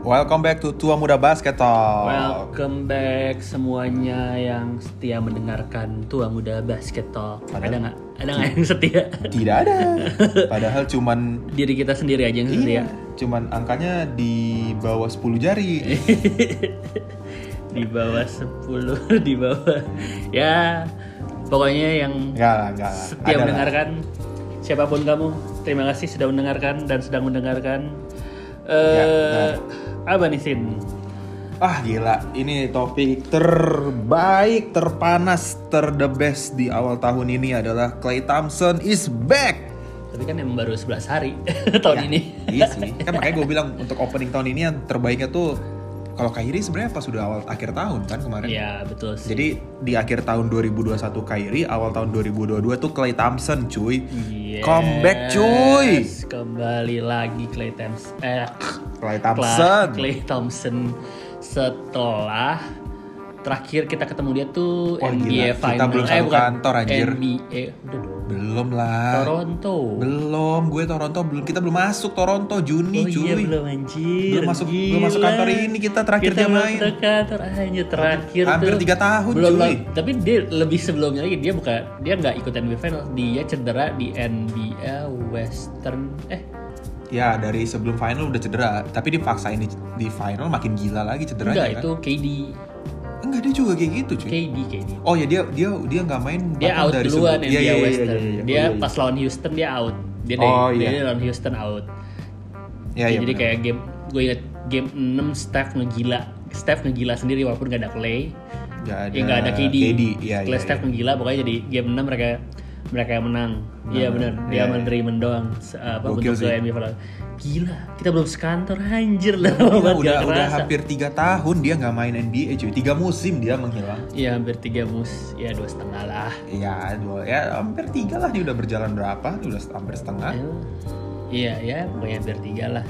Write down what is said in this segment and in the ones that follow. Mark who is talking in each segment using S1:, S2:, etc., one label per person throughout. S1: Welcome back to Tua Muda Basket Talk.
S2: Welcome back semuanya yang setia mendengarkan Tua Muda Basket Talk.
S1: Ada-
S2: Ada nggak? Ada nggak yang setia?
S1: Tidak ada. Padahal cuman
S2: Diri kita sendiri aja yang setia.
S1: iya, cuman angkanya di bawah 10 jari.
S2: Di bawah 10, di bawah. Ya, pokoknya yang
S1: Enggak lah, enggak lah.
S2: setia
S1: Ya, Ada lah.
S2: mendengarkan siapapun kamu, terima kasih sudah mendengarkan dan sedang mendengarkan. Eh,
S1: Ya,
S2: apa nih Sin?
S1: Ah gila, ini topik terbaik, terpanas, ter the best di awal tahun ini adalah Clay Thompson is back.
S2: Tapi kan emang baru 11 hari tahun ini.
S1: Iya sih. Kan makanya gue bilang untuk opening tahun ini yang terbaiknya tuh kalau Kyrie sebenarnya pas sudah awal akhir tahun kan kemarin.
S2: Iya, betul sih.
S1: Jadi di akhir tahun 2021 Kyrie, awal tahun 2022 tuh Clay Thompson cuy.
S2: Yes,
S1: Comeback cuy.
S2: Kembali lagi Clay Thompson. Eh,
S1: Clay
S2: Cla-
S1: Thompson.
S2: Clay Thompson setelah terakhir kita ketemu dia tuh
S1: Wah, gila.
S2: NBA
S1: Kita
S2: Final.
S1: belum
S2: eh
S1: satu
S2: bukan
S1: kantor, anjir.
S2: NBA udah dong.
S1: Belum lah.
S2: Toronto.
S1: Belum, gue Toronto belum kita belum masuk Toronto Juni
S2: Oh
S1: cuy.
S2: iya belum anjir.
S1: Belum masuk- belum masuk kantor ini kita terakhir
S2: Kita
S1: dia
S2: belum
S1: main.
S2: ke kantor anjir terakhir
S1: Hampir
S2: tuh.
S1: tiga tahun
S2: Iya, belum
S1: cuy.
S2: lah- tapi dia lebih sebelumnya lagi dia bukan dia nggak ikut NBA Final dia cedera di NBA Western eh
S1: Ya dari sebelum final udah cedera, tapi dipaksain di, di final makin gila lagi
S2: enggak
S1: cederanya kan.
S2: itu KD
S1: Enggak dia juga kayak gitu cuy.
S2: KD KD
S1: Oh ya dia dia dia nggak main
S2: dia
S1: bahkan
S2: out
S1: dari
S2: duluan
S1: sebelum-
S2: NBA
S1: Iya, iya, iya, iya,
S2: Western.
S1: iya.
S2: Dia
S1: Oh, iya, iya.
S2: pas lawan Houston dia out. Dia dari-
S1: Oh,
S2: dia
S1: iya.
S2: dari lawan Houston out.
S1: Iya, iya,
S2: jadi
S1: benar.
S2: kayak game gue inget game 6 Steph ngegila. Steph ngegila sendiri walaupun gak ada Clay.
S1: Nggak ada
S2: Ya gak ada KD.
S1: KD, iya,
S2: Clay
S1: iya,
S2: Steph ngegila pokoknya jadi game 6 mereka mereka yang menang. Iya benar. Dia
S1: Iya,
S2: sama
S1: iya.
S2: Draymond doang Se- apa
S1: Gokil
S2: untuk
S1: sih.
S2: ke NBA Finals. Gila, kita belum sekantor anjir lah.
S1: Gila,
S2: Gak
S1: Iya, udah udah
S2: kerasa.
S1: hampir tiga tahun dia nggak main NBA cuy tiga musim dia menghilang
S2: Iya hampir 3 mus, ya dua setengah lah.
S1: Iya, dua, ya hampir tiga lah nih udah berjalan berapa? Udah hampir setengah.
S2: Iya ya pokoknya hampir tiga lah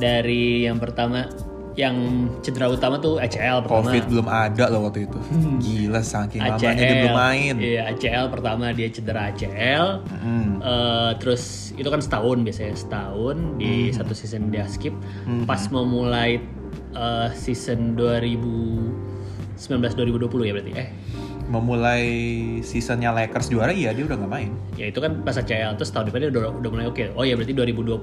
S2: Dari yang pertama Yang cedera utama tuh ACL pertama
S1: Covid belum ada loh waktu itu.
S2: Hmm.
S1: Gila saking lamanya dia
S2: ACL
S1: belum main.
S2: Iya ACL pertama dia cedera ACL
S1: Mm.
S2: Eh, Terus itu kan setahun biasanya Setahun
S1: Hmm.
S2: di satu season dia skip Pas mau mulai eh, season 2019 2020 ya berarti eh
S1: Memulai seasonnya Lakers juara, iya dia udah nggak main.
S2: ya itu kan pas ACL terus tahun depannya udah udah mulai oke oh ya berarti 2020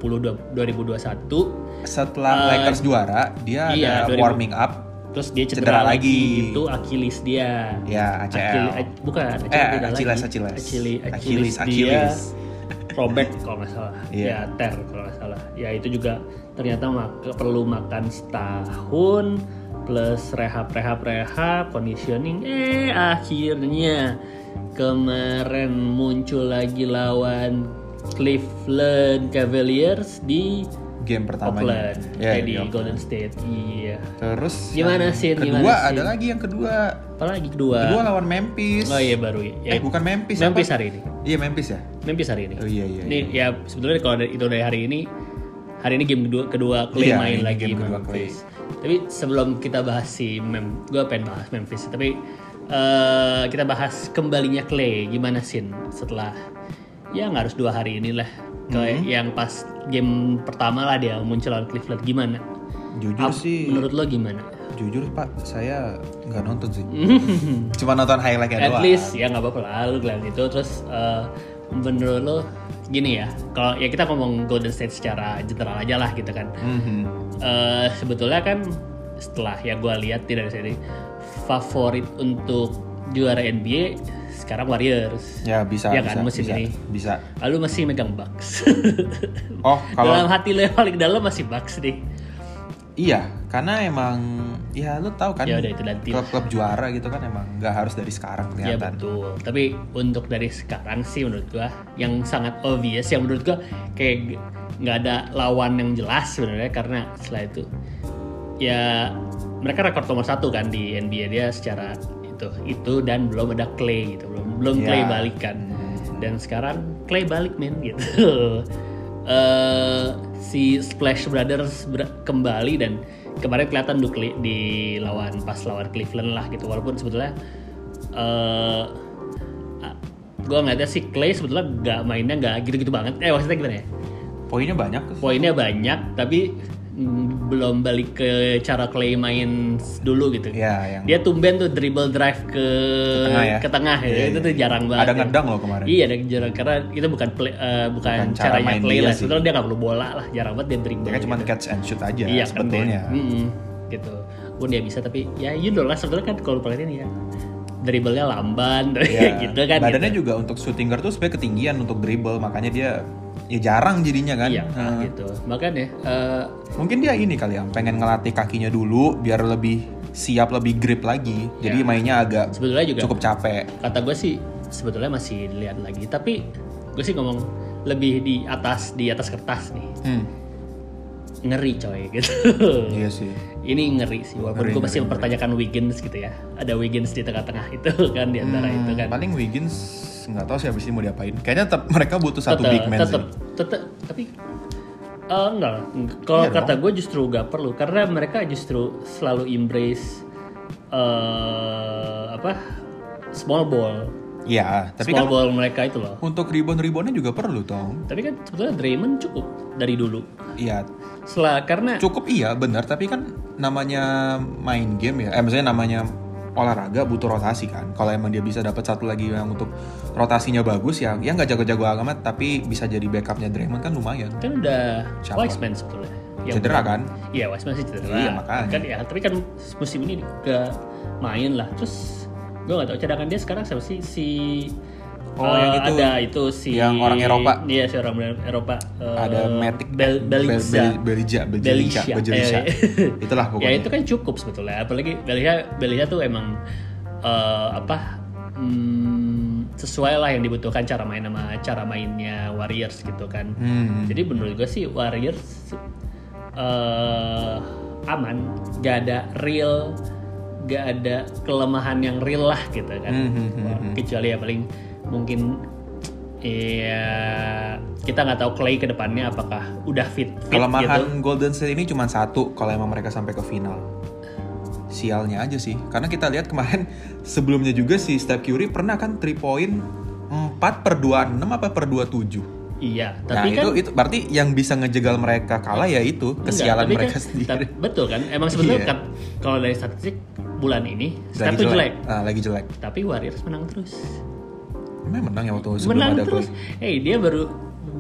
S2: 2021
S1: Setelah Lakers juara, dia
S2: Eh, iya,
S1: ada
S2: 2000.
S1: warming up.
S2: Terus dia
S1: Cedera
S2: cedera,
S1: lagi.
S2: lagi. Itu Achilles dia.
S1: Ya
S2: Achilles,
S1: ACL.
S2: A- bukan Achilles
S1: Eh,
S2: beda
S1: Achilles,
S2: lagi.
S1: Achilles.
S2: Achilles,
S1: Achilles,
S2: Achilles,
S1: Achilles.
S2: dia robek kalau nggak salah.
S1: Iya.
S2: Ya ter kalau nggak salah. Ya itu juga ternyata mak- perlu makan setahun plus rehab rehab rehab conditioning eh akhirnya kemarin muncul lagi lawan Cleveland Cavaliers di
S1: Game pertamanya.
S2: Oakland
S1: Ya,
S2: eh, di
S1: ya.
S2: Golden State iya
S1: Terus
S2: Gimana,
S1: yang
S2: Sin?
S1: Kedua
S2: Gimana, Sin?
S1: ada lagi yang kedua.
S2: apalagi kedua
S1: Kedua lawan Memphis.
S2: Oh iya baru
S1: Eh
S2: ya.
S1: bukan Memphis.
S2: Memphis
S1: apa?
S2: hari ini.
S1: Iya Memphis ya.
S2: Memphis hari ini.
S1: Oh iya iya.
S2: ini ya sebetulnya kalau dari- itu dari hari ini hari ini game kedua kedua Clay
S1: Iya,
S2: main
S1: ini
S2: lagi
S1: game kedua
S2: Memphis. Tapi sebelum kita bahas si Mem, gue pengen bahas Memphis tapi eh, kita bahas kembalinya Clay gimana sin setelah ya nggak harus dua hari inilah
S1: Hmm.
S2: kayak yang pas game pertama lah dia muncul lawan Cleveland gimana?
S1: Jujur
S2: Ap-
S1: sih.
S2: Menurut lo gimana?
S1: Jujur Pak, saya nggak nonton sih. Cuma nonton highlightnya
S2: at
S1: doang.
S2: least ya nggak apa-apa lah lu ngeliat itu terus eh, menurut lo gini ya kalau ya kita ngomong Golden State secara general aja lah gitu kan
S1: Mhm.
S2: Eh, sebetulnya kan setelah ya gue lihat nih dari sini favorit untuk juara NBA sekarang Warriors
S1: Ya bisa.
S2: Ya
S1: bisa,
S2: kan, musim
S1: bisa,
S2: ini.
S1: Bisa.
S2: lalu masih megang Bucks
S1: Oh kalau
S2: dalam hati lo yang paling dalam masih Bucks nih
S1: iya, karena emang ya lu tahu kan.
S2: Ya udah, itu nanti lah.
S1: Klub-klub juara gitu kan emang nggak harus dari sekarang
S2: Ya
S1: kelihatan.
S2: betul. Tapi untuk dari sekarang sih menurut gua yang sangat obvious yang menurut gua kayak g- nggak ada lawan yang jelas sebenarnya karena setelah itu ya mereka rekor nomor satu kan di NBA dia secara itu itu dan belum ada Clay gitu belum belum
S1: Ya.
S2: Clay balik kan dan sekarang Clay balik men gitu. eh si Splash Brothers ber- kembali dan kemarin kelihatan di, Cle- di lawan pas lawan Cleveland lah gitu walaupun sebetulnya eh gue ngeliatnya si Clay sebetulnya nggak mainnya nggak gitu-gitu banget eh maksudnya gimana ya
S1: Poinnya banyak.
S2: poinnya banyak tapi mm, belum balik ke cara Clay main s- dulu gitu.
S1: Iya, yang
S2: Dia tumben tuh dribble drive ke
S1: tengah ya.
S2: ke tengah ya.
S1: Iya,
S2: Itu
S1: iya.
S2: tuh jarang banget.
S1: ada
S2: ya.
S1: ngedang loh kemarin.
S2: Iya, ada jarang karena itu bukan play- eh, bukan,
S1: Bukan cara
S2: caranya
S1: main
S2: Clay
S1: dia
S2: lah.
S1: sih.
S2: Sebetulnya dia nggak perlu bola lah, jarang banget dia dribble.
S1: Dia kan cuma
S2: gitu.
S1: catch and shoot aja
S2: Iya kan,
S1: sebetulnya.
S2: Ben? Mm-mm, gitu. Walaupun dia bisa tapi ya you know lah sebetulnya kan kalau perhatiin ya dribblenya lamban
S1: Iya.
S2: gitu kan.
S1: Badannya
S2: gitu.
S1: juga untuk shooting guard tuh sebenarnya ketinggian untuk dribble, makanya dia ya jarang jadinya kan.
S2: Iya
S1: Nah,
S2: gitu. Makanya eh,
S1: Mungkin dia ini kali ya, pengen ngelatih kakinya dulu biar lebih siap, lebih grip lagi. Jadi mainnya agak
S2: sebetulnya Iya. juga
S1: cukup capek.
S2: kata gue sih sebetulnya masih dilihat lagi tapi gue sih ngomong lebih di atas di atas kertas nih
S1: Hmm,
S2: ngeri coy gitu
S1: iya sih.
S2: ini ngeri sih walaupun
S1: Ngeri,
S2: gue masih
S1: ngeri,
S2: mempertanyakan Wiggins gitu ya ada Wiggins di tengah-tengah itu kan di antara
S1: Hmm,
S2: itu kan
S1: Paling Wiggins nggak tahu sih abis ini mau diapain. Kayaknya tetap mereka butuh satu
S2: Tetep,
S1: big man
S2: tetep,
S1: sih.
S2: tetep, tapi eh, enggak lah. kalau
S1: Iya
S2: kata gue justru gak perlu karena mereka justru selalu embrace eh apa small ball
S1: Iya, tapi kan
S2: small ball mereka itu loh
S1: untuk rebound-reboundnya juga perlu dong.
S2: tapi kan sebetulnya Draymond cukup dari dulu
S1: Iya,
S2: setelah karena
S1: cukup iya benar, tapi kan namanya main game ya. Eh maksudnya namanya olahraga butuh rotasi kan. Kalau emang dia bisa dapat satu lagi yang untuk rotasinya bagus ya, ya nggak jago-jago amat tapi bisa jadi backupnya Draymond kan lumayan.
S2: kan udah
S1: Siapa?
S2: Wiseman sebetulnya Yang-
S1: Cedera kan?
S2: iya Wiseman sih cedera
S1: Iya, makanya.
S2: kan ya tapi kan musim ini juga main lah terus gue gak tau cadangan dia sekarang siapa sih si
S1: Oh,
S2: eh,
S1: yang itu.
S2: ada itu si
S1: Yang orang Eropa.
S2: iya si orang Eropa eh,
S1: Ada Matic
S2: Bel Belisa
S1: Belija, Belija,
S2: Belisha.
S1: Belija.
S2: Eh,
S1: Iya, Itulah
S2: ya
S1: pokoknya.
S2: itu kan cukup sebetulnya apalagi Belia Belia tuh emang eh, apa hmm, sesuai lah yang dibutuhkan cara main sama cara mainnya Warriors gitu kan
S1: Hmm.
S2: jadi menurut gue sih Warriors eh aman gak ada real gak ada kelemahan yang real lah gitu kan
S1: Hmm, hmm, hmm, hmm.
S2: kecuali ya paling mungkin ya kita nggak tahu Clay kedepannya apakah udah fit fit gitu
S1: Kelemahan Golden State ini cuma satu kalau emang mereka sampai ke final. Sialnya aja sih, karena kita lihat kemarin sebelumnya juga si Steph Curry pernah kan 3 point 4 per 26 apa per 27.
S2: iya
S1: nah,
S2: tapi kan
S1: itu itu berarti yang bisa ngejegal mereka kalah ya itu kesialan
S2: Enggak, tapi
S1: mereka
S2: kan-
S1: sendiri.
S2: tapi- betul kan? Emang sebetulnya
S1: Iya.
S2: kan- kalau dari statistik bulan ini
S1: Lagi
S2: satu jelek.
S1: Ah, lagi jelek.
S2: tapi Warriors menang terus.
S1: Memang menang ya waktu sebelum
S2: menang
S1: ada
S2: terus.
S1: Klay.
S2: Eh, dia baru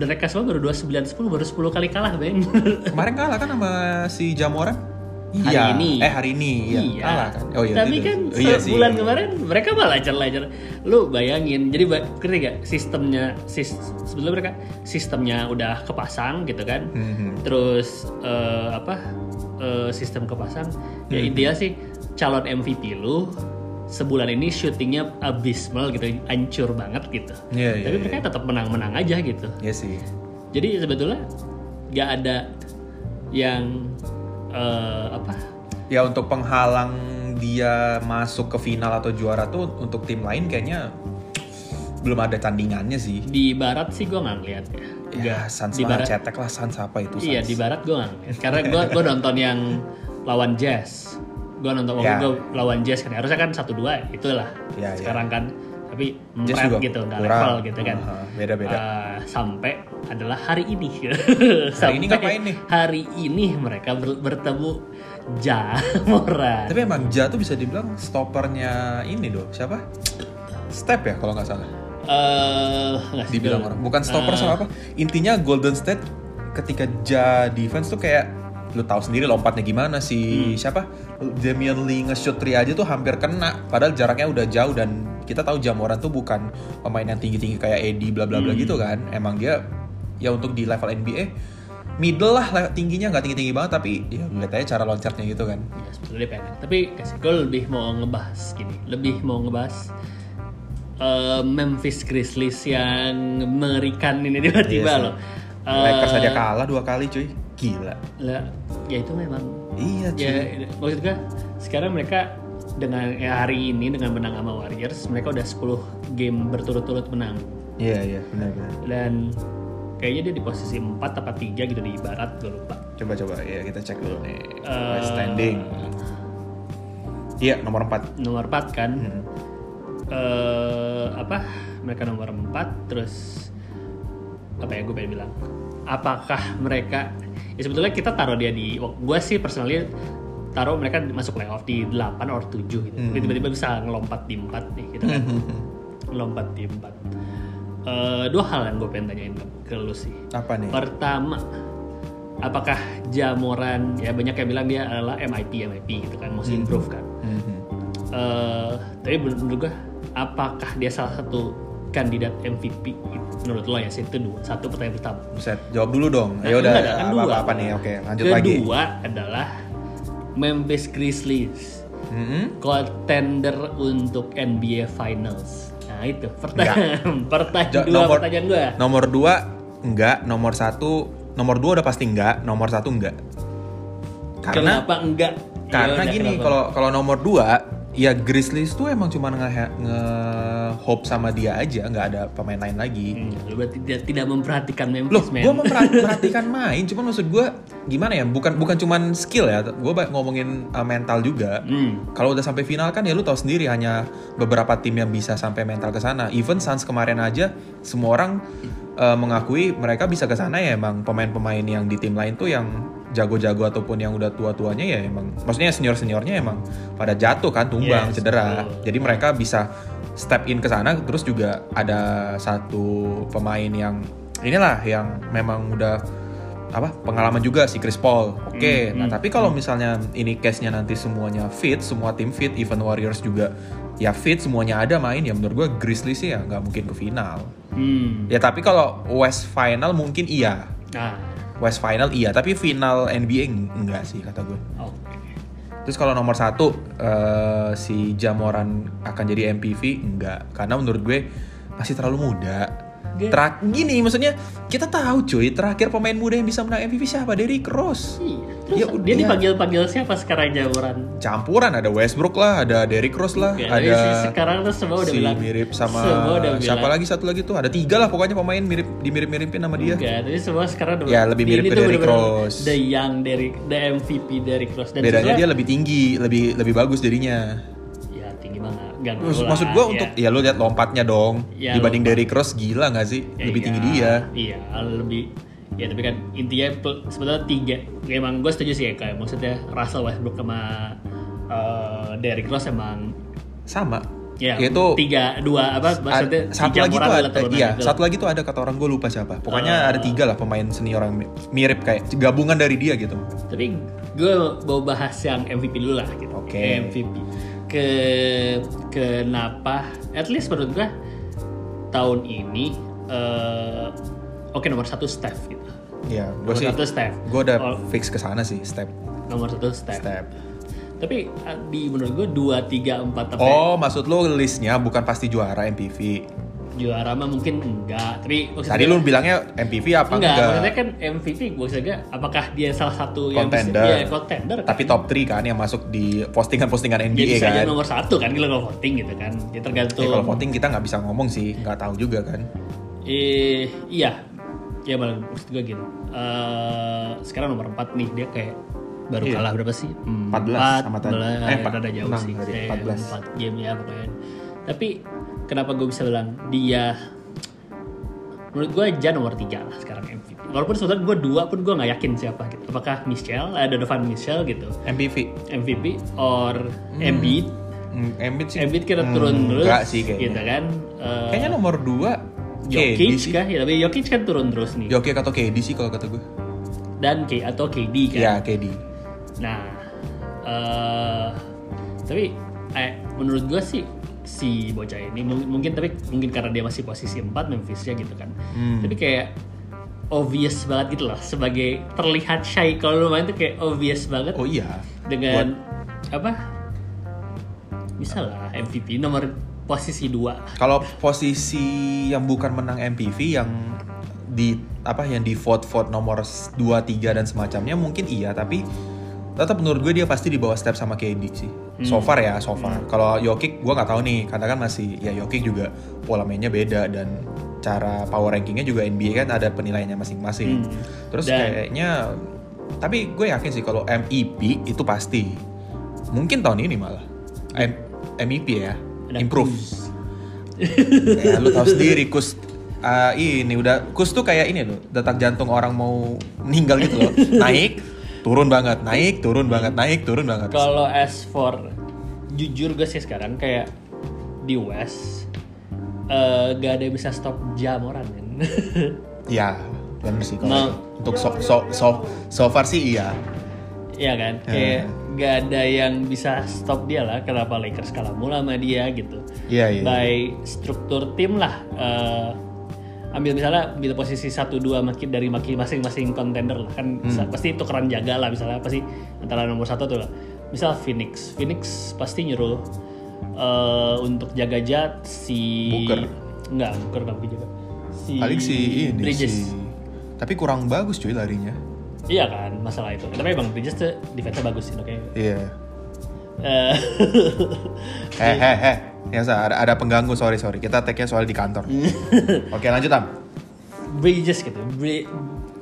S2: mereka semua baru 29-10, baru 10 kali kalah, Bang.
S1: Kemarin kalah kan sama si Jamoran?
S2: Hari
S1: Iya.
S2: ini.
S1: Eh hari ini iya. Kalah kan. Oh iya. itu.
S2: Tapi kan
S1: Oh, iya sih.
S2: bulan kemarin mereka malah lancar-lancar. Lu bayangin, jadi ba- ngerti gak? Sistemnya, sis, sebelum mereka sistemnya udah kepasang gitu kan.
S1: Mhm.
S2: Terus eh, apa eh, sistem kepasang? Ya
S1: Mhm.
S2: intinya sih calon MVP lu sebulan ini syutingnya abysmal gitu, hancur banget gitu.
S1: Iya, iya,
S2: Tapi
S1: iya.
S2: mereka tetap menang-menang aja gitu.
S1: Iya sih.
S2: Jadi sebetulnya nggak ada yang eh, apa
S1: ya untuk penghalang dia masuk ke final atau juara tuh untuk tim lain kayaknya belum ada tandingannya sih.
S2: di barat sih gue nggak ngeliat ya.
S1: Ya, Sans
S2: di
S1: malah
S2: barat.
S1: cetek lah Sans apa itu?
S2: Iya
S1: Sans?
S2: di barat gue nggak ngeliat. Karena gue gue nonton yang lawan Jazz. Gue nonton waktu
S1: Ya.
S2: gua lawan Jazz kan harusnya kan satu dua itulah.
S1: Ya, ya.
S2: Sekarang kan tapi
S1: Jazz
S2: mempret
S1: juga
S2: gitu nggak
S1: kurang. Uh-huh.
S2: level gitu kan.
S1: Aha, beda-beda.
S2: Eh, sampai adalah hari ini.
S1: Hari ini
S2: Sampai
S1: ngapain nih?
S2: Hari ini mereka ber- bertemu Jamoran.
S1: Tapi emang Ja tuh bisa dibilang stoppernya ini loh. Siapa? Step ya kalau nggak salah.
S2: Eh, nggak sih,
S1: Dibilang
S2: gua-
S1: orang. Bukan stopper
S2: Eh,
S1: sama apa? Intinya Golden State ketika Ja defense tuh kayak lu tahu sendiri lompatnya gimana sih siapa Damian Lee nge-shoot 3 aja tuh hampir kena padahal jaraknya udah jauh dan kita tahu Jamoran tuh bukan pemain yang tinggi-tinggi kayak Eddie bla bla bla gitu kan emang dia ya untuk di level NBA middle lah le- tingginya nggak tinggi-tinggi banget tapi ya lu lihat aja cara loncatnya gitu kan
S2: ya sebetulnya pengen tapi kasih gue lebih mau ngebahas gini lebih mau ngebahas eh, Memphis Grizzlies yang mengerikan ini tiba-tiba
S1: Iya sih.
S2: loh Eh,
S1: Lakers aja kalah dua kali cuy gila
S2: lah, ya itu memang
S1: iya cuy
S2: ya maksud gue sekarang mereka dengan ya hari ini dengan menang sama Warriors mereka udah 10 game berturut-turut menang
S1: iya iya benar-benar
S2: dan kayaknya dia di posisi 4 atau 3 gitu di barat gue lupa
S1: Coba-coba ya kita cek dulu nih.
S2: Eh.
S1: West standing. Iya, nomor 4.
S2: nomor 4 kan
S1: Hmm.
S2: eh apa mereka nomor 4 terus apa ya gue pengen bilang apakah mereka ya ya sebetulnya kita taruh dia di gue sih personally taruh mereka masuk playoff di 8 or 7 gitu. Tapi tiba-tiba bisa ngelompat di 4 nih gitu
S1: Hmm.
S2: kan. Ngelompat di 4. Eh, dua hal yang gue pengen tanyain ke lu sih.
S1: Apa nih?
S2: Pertama, apakah Jamoran ya banyak yang bilang dia adalah MIP MIP gitu kan, mesti improve kan.
S1: Mhm.
S2: Eh, tapi menurut gue apakah dia salah satu kandidat MVP menurut lo ya sih itu dua satu pertanyaan pertama
S1: Buset, jawab dulu dong.
S2: Nah,
S1: ya udah,
S2: enggak ada, kan
S1: apa,
S2: dua.
S1: apa nih? Oke, lanjut
S2: kedua
S1: lagi.
S2: adalah Memphis Grizzlies
S1: Mhm.
S2: contender untuk NBA Finals nah itu pertanyaan
S1: Jo-
S2: pertanyaan dua pertanyaan gue
S1: Nomor dua enggak, nomor satu, nomor dua udah pasti enggak, nomor satu enggak. Karena
S2: kenapa enggak
S1: karena
S2: Yaudah,
S1: gini
S2: kenapa?
S1: kalau kalau nomor dua ya Grizzlies tuh emang cuma nge, nge hope sama dia aja, nggak ada pemain lain lagi.
S2: Hmm, lu berarti tidak, tidak memperhatikan
S1: Loh,
S2: Memphis men
S1: gue memperhatikan main, cuman maksud gue gimana ya? Bukan bukan cuman skill ya, gue ngomongin uh, mental juga.
S2: Hmm.
S1: Kalau udah sampai final kan ya lu tahu sendiri hanya beberapa tim yang bisa sampai mental ke sana. Even Suns kemarin aja semua orang uh, mengakui mereka bisa ke sana ya emang pemain-pemain yang di tim lain tuh yang jago-jago ataupun yang udah tua-tuanya ya emang maksudnya senior-seniornya emang pada jatuh kan tumbang
S2: Yes,
S1: cedera.
S2: betul.
S1: Jadi mereka bisa step in ke sana terus juga ada satu pemain yang inilah yang memang udah apa pengalaman juga si Chris Paul. Oke, nah tapi kalau misalnya ini case-nya nanti semuanya fit, semua tim fit, even Warriors juga ya fit, semuanya ada main ya menurut gue Grizzlies sih ya nggak mungkin ke final.
S2: Hmm.
S1: Ya tapi kalau West Final mungkin iya.
S2: nah
S1: West Final iya, tapi final NBA eng- enggak sih kata gue.
S2: oke
S1: Terus kalau nomor satu eh, si Jamoran akan jadi MPV enggak karena menurut gue masih terlalu muda.
S2: Dia-
S1: Terak gini maksudnya kita tahu cuy terakhir pemain muda yang bisa menang MVP siapa Derrick Rose.
S2: Iya. Terus
S1: Ya
S2: dia
S1: udah.
S2: dipanggil-panggil siapa sekarang Jamoran?
S1: Campuran ada Westbrook lah, ada Derrick Rose lah,
S2: Oke, jadi si
S1: ada
S2: sekarang tuh semua udah
S1: si
S2: bilang
S1: mirip sama
S2: semua udah
S1: siapa
S2: bilang,
S1: lagi satu lagi tuh ada tiga lah pokoknya pemain mirip dimirip-miripin sama dia.
S2: Enggak, tapi semua sekarang udah
S1: Ya, lebih mirip
S2: ini
S1: ke
S2: tuh
S1: Derrick
S2: bener-bener
S1: Rose.
S2: The young Derrick, the MVP Derrick Rose dan
S1: Bedanya dia
S2: sebenarnya-
S1: lebih tinggi, lebih lebih bagus jadinya.
S2: ya tinggi banget. Enggak
S1: Terus maksud gue untuk ya lu lihat lompatnya dong
S2: iya. Ya,
S1: dibanding Derrick Rose gila nggak sih
S2: Ya,
S1: lebih
S2: iya.
S1: tinggi dia
S2: Iya, lebih ya tapi kan intinya pel- sebetulnya tiga emang gue setuju sih ya kayak maksudnya Russell Westbrook sama eh, Derrick Rose emang
S1: sama
S2: ya
S1: yaitu
S2: tiga dua apa
S1: ad-
S2: maksudnya
S1: satu lagi
S2: tiga orang gitu
S1: tuh
S2: adalah
S1: ada
S2: turunan
S1: iya
S2: itu. Oh.
S1: satu lagi tuh ada kata orang gue lupa siapa pokoknya ada tiga lah pemain senior yang mi- mirip kayak gabungan dari dia gitu
S2: Tapi gue mau bahas yang MVP dulu lah gitu.
S1: Oke.
S2: MVP. Ke kenapa? At least menurut gue tahun ini eh, oke nomor satu Steph gitu.
S1: ya gue
S2: Nomor
S1: sih
S2: satu Steph.
S1: gue udah
S2: Oh,
S1: fix ke sana sih step
S2: nomor satu Steph.
S1: step
S2: Tapi eh, di menurut gue dua tiga empat ya? tapi
S1: oh maksud lu listnya bukan pasti juara MPV
S2: juara mah mungkin enggak. Tapi maksudnya-
S1: tadi lu bilangnya MPV apa
S2: enggak,
S1: enggak,
S2: maksudnya kan MVP gue juga apakah dia salah satu yang bisa-
S1: Contender.
S2: Iya, contender kan?
S1: tapi top 3 kan yang masuk di postingan-postingan
S2: Dia
S1: NBA
S2: bisa aja
S1: kan
S2: nomor satu kan kalau voting gitu kan. Ya tergantung
S1: Ya, kalau voting kita nggak bisa ngomong sih, nggak tahu juga kan.
S2: Eh, iya. Ya malah maksud gue gitu. Eh, sekarang nomor 4 nih dia kayak baru
S1: Iya.
S2: kalah berapa sih?
S1: 14 sama tadi.
S2: Eh,
S1: Eh, empat-
S2: rada jauh
S1: enam
S2: sih.
S1: tadi,
S2: Eh,
S1: 14.
S2: 4 game ya pokoknya. Tapi kenapa gue bisa bilang dia menurut gue aja nomor 3 lah sekarang MVP. Walaupun sebenarnya gue dua pun gue nggak yakin siapa gitu. Apakah Michelle, ada Donovan Michelle gitu
S1: MPV,
S2: MVP or Embiid?
S1: Hmm, Embiid sih.
S2: Embiid kita turun
S1: Hmm,
S2: terus
S1: Nggak sih kayaknya.
S2: gitu kan. Eh,
S1: Kayaknya nomor 2 KD
S2: Jokic
S1: sih.
S2: kah? Ya, tapi Jokic kan turun terus nih.
S1: Jokic atau KD sih kalau Ya, kata gue.
S2: Dan K atau KD kan.
S1: Iya, KD.
S2: Nah, eh tapi eh, menurut gue sih si bocah ini mung- mungkin tapi mungkin karena dia masih posisi 4 Memphisnya gitu kan.
S1: Hmm.
S2: Tapi kayak obvious banget gitu loh sebagai terlihat shy kalau lu main tuh kayak obvious banget
S1: Oh iya.
S2: dengan apa? Bisa lah MVP nomor posisi 2.
S1: Kalau posisi yang bukan menang MPV yang di apa yang di vote vote nomor 2, 3 dan semacamnya mungkin iya, tapi tetap menurut gue dia pasti di bawah step sama KD sih.
S2: Hmm.
S1: So far ya, so far. Kalau Jokic gue nggak tahu nih, karena kan masih ya Jokic juga pola mainnya beda dan cara power rankingnya juga NBA kan ada penilaiannya masing-masing.
S2: Hmm.
S1: Terus
S2: Dan-
S1: kayaknya tapi gue yakin sih kalau MEP itu pasti mungkin tahun ini malah M- MEP ya
S2: Ada E
S1: improve
S2: Kuz.
S1: ya lu tahu Iya, sendiri kus ah, ini udah kus tuh kayak ini loh, detak jantung orang mau meninggal gitu loh. Naik, turun banget, naik, turun banget, naik, turun banget.
S2: Kalau as for jujur gue sih sekarang kayak di West eh gak ada yang bisa stop jamoran kan.
S1: Ya, bener sih
S2: Nah.
S1: kalau itu. untuk so, so, so, so far sih iya.
S2: Iya kan? Kayak gak ada yang bisa stop dia lah kenapa Lakers kalah mula sama dia gitu.
S1: Iya, iya.
S2: By struktur tim lah eh, ambil misalnya ambil posisi 1 2 makin dari maki- masing-masing contender lah kan
S1: Hmm.
S2: bisa- pasti tukeran jaga lah misalnya pasti antara nomor satu tuh lah. Misal Phoenix, Phoenix pasti nyuruh eh, untuk jaga jat si
S1: Booker.
S2: Enggak, Booker nggak mungkin jaga. Si
S1: Paling sih ini
S2: Bridges.
S1: sih. Tapi kurang bagus cuy larinya.
S2: Iya kan, masalah itu. Tapi emang Bridges tuh defense-nya bagus sih, oke.
S1: Iya.
S2: Eh,
S1: Eh, eh, eh. Ya, Sa, ada, ada pengganggu, sorry, sorry. Kita tag-nya soal di kantor. Oke, lanjut, Am.
S2: Bridges gitu. Bri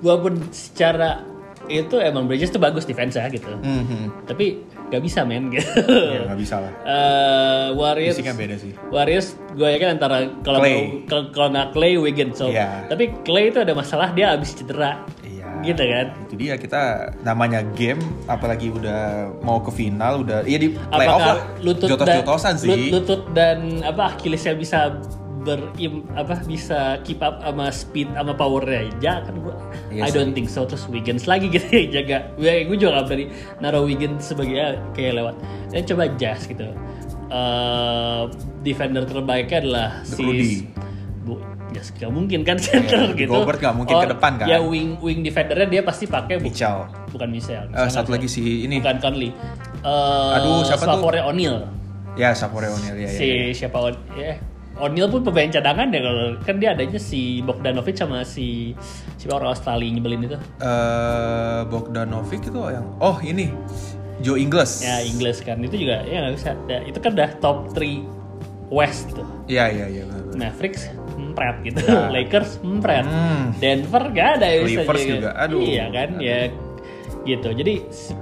S2: walaupun secara itu emang Bridges tuh bagus defense ya gitu.
S1: Mhm.
S2: Tapi gak bisa men gitu.
S1: Ya, nggak bisa lah.
S2: Eh, Warriors
S1: Fisiknya beda sih.
S2: Warriors gue yakin antara kalau
S1: Clay.
S2: kalau kalau nggak Clay Wiggins so.
S1: Iya.
S2: Tapi Clay itu ada masalah dia abis cedera.
S1: Iya.
S2: Gitu kan.
S1: Itu dia kita namanya game, apalagi udah mau ke final, udah iya di playoff lah.
S2: Apakah lutut dan
S1: Jotos-jotosan sih.
S2: lut- lutut dan apa Achillesnya bisa berim apa bisa keep up sama speed sama powernya ya kan gua
S1: Iya
S2: I
S1: sih.
S2: don't think so terus Wiggins lagi gitu ya jaga gue gue juga nggak berani naruh Wiggins sebagai ya, kayak lewat dan coba Jazz gitu Eh, defender terbaiknya adalah si
S1: Rudy.
S2: bu Jazz nggak mungkin kan center
S1: Rudy
S2: gitu
S1: Gobert nggak mungkin ke depan kan?
S2: ya wing wing defendernya dia pasti pakai bu-
S1: Mitchell.
S2: bukan Michel
S1: Eh, satu lagi si ini.
S2: bukan Conley Kan, Eh,
S1: Aduh, siapa tuh?
S2: Slavore O'Neal
S1: Ya, Sapore O'Neal ya, ya.
S2: si siapa on ya O'Neal pun pemain cadangan ya kalau kan dia adanya si Bogdanovic sama si siapa orang Australia nyebelin itu
S1: Eh, Bogdanovic itu yang oh ini Joe Ingles.
S2: ya Inggris kan itu juga ya nggak bisa Ya, itu kan udah top 3 West tuh
S1: Iya, iya, iya. benar-benar.
S2: Mavericks empret gitu
S1: Ya.
S2: Lakers empret
S1: Hmm.
S2: Denver gak ada yang bisa
S1: Clippers
S2: jaga.
S1: juga, aduh.
S2: iya kan ya gitu jadi se-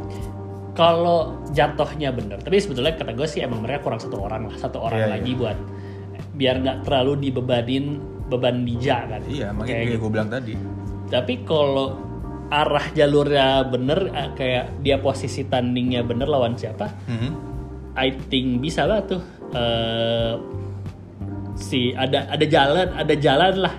S2: kalau jatuhnya bener tapi sebetulnya kata gue sih emang mereka kurang satu orang lah satu orang
S1: Iya,
S2: lagi buat biar nggak terlalu dibebanin beban bija kan
S1: Iya, makanya
S2: Kayak
S1: kayak
S2: gitu.
S1: gue bilang tadi.
S2: tapi kalau arah jalurnya bener eh, kayak dia posisi tandingnya bener lawan siapa
S1: Mhm.
S2: I think bisa lah tuh eh si ada ada jalan ada jalan lah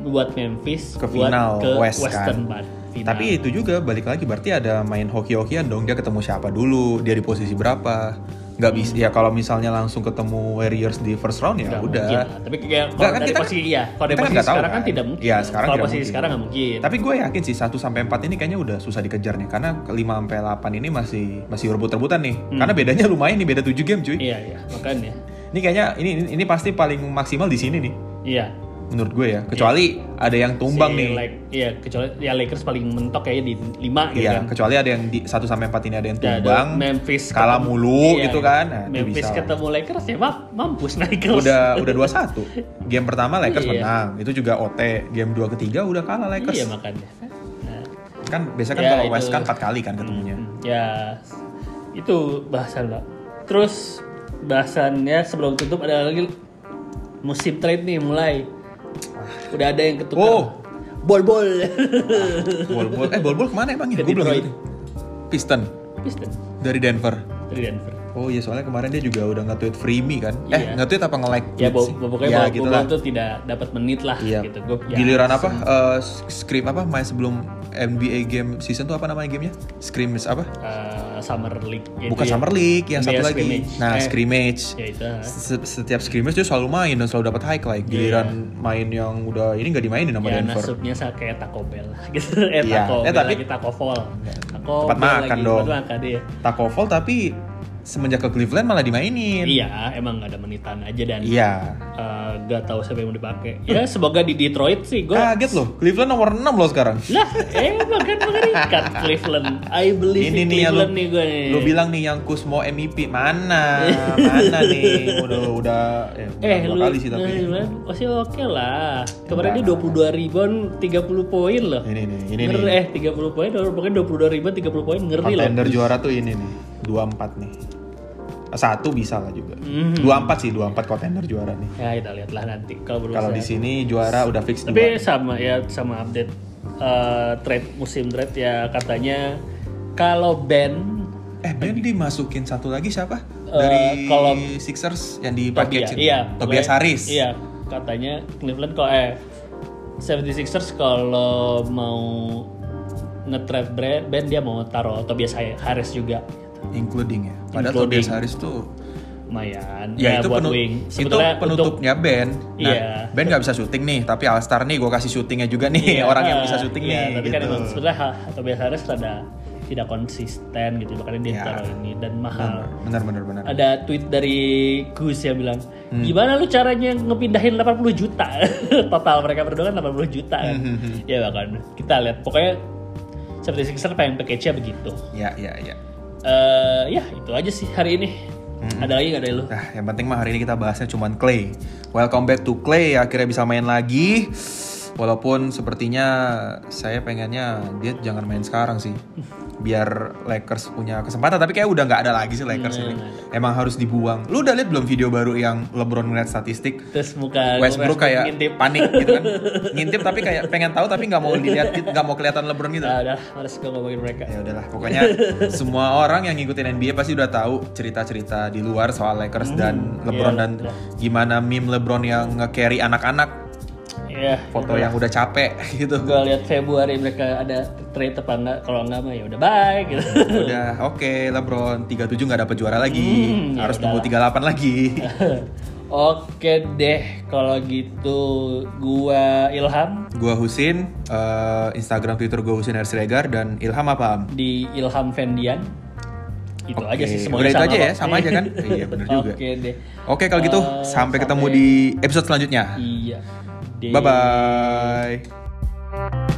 S2: buat Memphis
S1: Ke
S2: buat
S1: final
S2: ke
S1: West,
S2: Western
S1: kan?
S2: Bar final.
S1: Tapi itu juga balik lagi berarti ada main hoki-hokian dong dia ketemu siapa dulu, dia di posisi berapa. Nggak bisa ya kalau misalnya langsung ketemu Warriors di first round ya
S2: Nggak
S1: udah.
S2: mungkin lah. tapi kayak
S1: Nggak, kan
S2: kalau dari
S1: kita kan-
S2: posisi iya kalau dari
S1: kita kan
S2: posisi
S1: nggak tahu
S2: sekarang kan,
S1: kan.
S2: tidak mungkin
S1: Iya, sekarang
S2: kalau
S1: tidak
S2: posisi
S1: mungkin.
S2: sekarang nggak mungkin
S1: Tapi gue yakin sih 1 sampai 4 ini kayaknya udah susah dikejar nih karena 5 sampai 8 ini masih masih rebut-rebutan nih. Karena bedanya lumayan nih, beda 7 game cuy.
S2: Hmm. iya iya makanya
S1: Ini kayaknya ini ini, ini pasti paling maksimal di sini nih
S2: iya
S1: menurut gue ya. Kecuali ada yang tumbang
S2: Si
S1: nih.
S2: Lak- iya kecuali ya Lakers paling mentok kayaknya di 5 gitu
S1: Iya,
S2: kan
S1: kecuali ada yang di 1 sampai 4 ini ada yang
S2: Ya, ada
S1: tumbang.
S2: Memphis
S1: kalah
S2: ketemu-
S1: mulu
S2: iya,
S1: gitu kan. Nah, itu
S2: Memphis
S1: bisa lah.
S2: ketemu Lakers ya mam- mampus Lakers
S1: udah udah 2-1. Game pertama Lakers
S2: Iya.
S1: menang, itu juga OT. Game 2 ketiga udah kalah Lakers.
S2: iya makanya nah,
S1: Kan biasanya kan
S2: Ya,
S1: kalau
S2: itu.
S1: West kan 4 kali kan ketemunya.
S2: Ya, itu bahasan lah. Terus bahasannya sebelum tutup ada lagi musim trade nih mulai. Udah ada yang ketukar.
S1: Oh.
S2: bol-bol.
S1: Bol-bol eh bol-bol kemana emang ya?
S2: Ke
S1: Gue belum
S2: Detroit.
S1: ngerti. Piston
S2: Pistons
S1: dari Denver.
S2: dari Denver.
S1: Oh iya soalnya kemarin dia juga udah nge-tweet free me kan? Eh
S2: Iya.
S1: nge-tweet apa nge-like?
S2: Ya, bo
S1: tweet sih?
S2: pokoknya
S1: ya,
S2: bol-
S1: gitu
S2: bol-bol
S1: lah.
S2: tuh tidak dapat menit lah
S1: Iya.
S2: gitu. Gua, ya,
S1: Giliran apa? Eh, s- script apa? Main sebelum NBA game season tuh apa namanya gamenya? Scrimmage apa?
S2: eh, summer league. ya
S1: Bukan
S2: itu ya.
S1: Summer League, yang
S2: NBA
S1: satu lagi.
S2: scrimmage.
S1: Nah,
S2: Eh,
S1: scrimmage.
S2: Ya itu. ah.
S1: Se- Setiap scrimmage dia selalu main dan selalu dapat high
S2: Iya.
S1: like. Giliran main yang udah ini nggak dimainin sama
S2: Ya,
S1: Denver.
S2: nasibnya sa- kayak Taco Bell lah gitu. Eh,
S1: Iya.
S2: Taco
S1: Eh,
S2: Bell
S1: tapi-
S2: lagi Taco Fall. Taco
S1: Tempat
S2: Bell
S1: makan
S2: lagi,
S1: dong.
S2: Tempat makan, iya.
S1: Taco Fall tapi semenjak ke Cleveland malah dimainin.
S2: Iya, emang gak ada menitan aja dan
S1: Iya.
S2: eh, gak tahu siapa yang mau dipakai. Ya semoga di Detroit sih gue.
S1: Kaget loh, Cleveland nomor 6 loh sekarang.
S2: Lah, emang kan mengerikan Cleveland. I believe
S1: Ini
S2: in
S1: nih yang lu,
S2: Cleveland nih gue nih.
S1: lu bilang nih yang kus mau MVP mana? mana nih? Udah udah eh,
S2: Eh,
S1: udah dua
S2: lu
S1: kali sih tapi.
S2: eh, masih oke lah. Kemarin dia
S1: Enggak.
S2: 22 rebound, 30 poin loh.
S1: Ini nih, ini
S2: ngeri,
S1: nih.
S2: eh 30 poin, pokoknya 22 rebound, 30 poin ngeri loh.
S1: Contender juara tuh ini nih. 24 nih. Satu bisa lah juga.
S2: Mhm.
S1: 24 sih, 24 kontender juara nih.
S2: Ya kita lihatlah nanti kalau belum
S1: Kalau di
S2: sehat.
S1: sini juara udah fix
S2: ya. Tapi
S1: dua.
S2: sama ya sama update eh, trade musim trade ya katanya kalau Ben
S1: Eh Ben dimasukin satu lagi siapa?
S2: Eh,
S1: Dari
S2: kalau-
S1: Sixers yang di
S2: Tobias, iya,
S1: Tobias Harris.
S2: Iya, katanya Cleveland kalau eh 76ers kalau mau nge-trade Bre- Ben dia mau taruh Tobias Harris juga
S1: Including ya. Padahal
S2: Including.
S1: Tobias Harris tuh
S2: lumayan
S1: ya, itu
S2: Iya, buat
S1: penu-
S2: wing
S1: itu
S2: Sebetulnya untuk
S1: penutupnya Ben. Nah,
S2: Iya.
S1: Ben nggak bisa syuting nih, tapi All Star nih gue kasih syutingnya juga nih orang yang bisa syuting
S2: iya,
S1: nih.
S2: tapi kan
S1: gitu.
S2: emang sebenarnya ha- Tobias Harris rada tidak konsisten gitu makanya dia
S1: Iya.
S2: taruh ini dan mahal
S1: benar benar benar.
S2: ada tweet dari Gus yang bilang gimana lu caranya ngepindahin 80 juta total mereka berdua kan 80 juta kan ya bahkan kita lihat pokoknya seperti Sixer pengen package-nya begitu
S1: Ya ya ya.
S2: Eh ya itu aja sih hari ini ada lagi nggak dari lu
S1: Nah, yang penting mah hari ini kita bahasnya cuman Clay. Welcome back to Clay, akhirnya bisa main lagi. Walaupun sepertinya saya pengennya dia jangan main sekarang sih. Biar Lakers punya kesempatan, tapi kayak udah nggak ada lagi sih Lakers
S2: Hmm,
S1: ini.
S2: nggak
S1: Emang harus dibuang. Lu udah lihat belum video baru yang LeBron ngeliat statistik?
S2: terus muka
S1: Westbrook kayak
S2: ngintip
S1: panik gitu kan. Ngintip tapi kayak pengen tahu tapi nggak mau dilihat gitu, nggak mau kelihatan LeBron gitu.
S2: nah, udah males gue ngomongin mereka
S1: Ya udahlah, pokoknya semua orang yang ngikutin NBA pasti udah tahu cerita-cerita di luar soal Lakers dan LeBron
S2: iya,
S1: dan
S2: udah.
S1: gimana meme LeBron yang nge-carry anak-anak,
S2: ya
S1: foto yang udah capek gitu.
S2: gue lihat Februari mereka ada trade apa enggak kalau enggak mah ya udah bye gitu
S1: Hmm. Udah, oke LeBron 37 nggak dapet juara lagi.
S2: Hmm, ya
S1: Harus nunggu 38 lagi.
S2: Oke deh, kalau gitu gua Ilham
S1: gua Husin, eh, Instagram Twitter gua Husin R. Siregar dan Ilham apa? Am?
S2: di Ilham Fendian. Itu
S1: Oke,
S2: aja sih
S1: udah
S2: semuanya
S1: itu
S2: sama.
S1: aja ya,
S2: kok.
S1: sama aja kan? Iya, bener juga.
S2: Oke deh.
S1: Oke kalau gitu,
S2: Eh,
S1: sampai ketemu
S2: sampai-
S1: di episode selanjutnya.
S2: Iya. Deh.
S1: Bye-bye.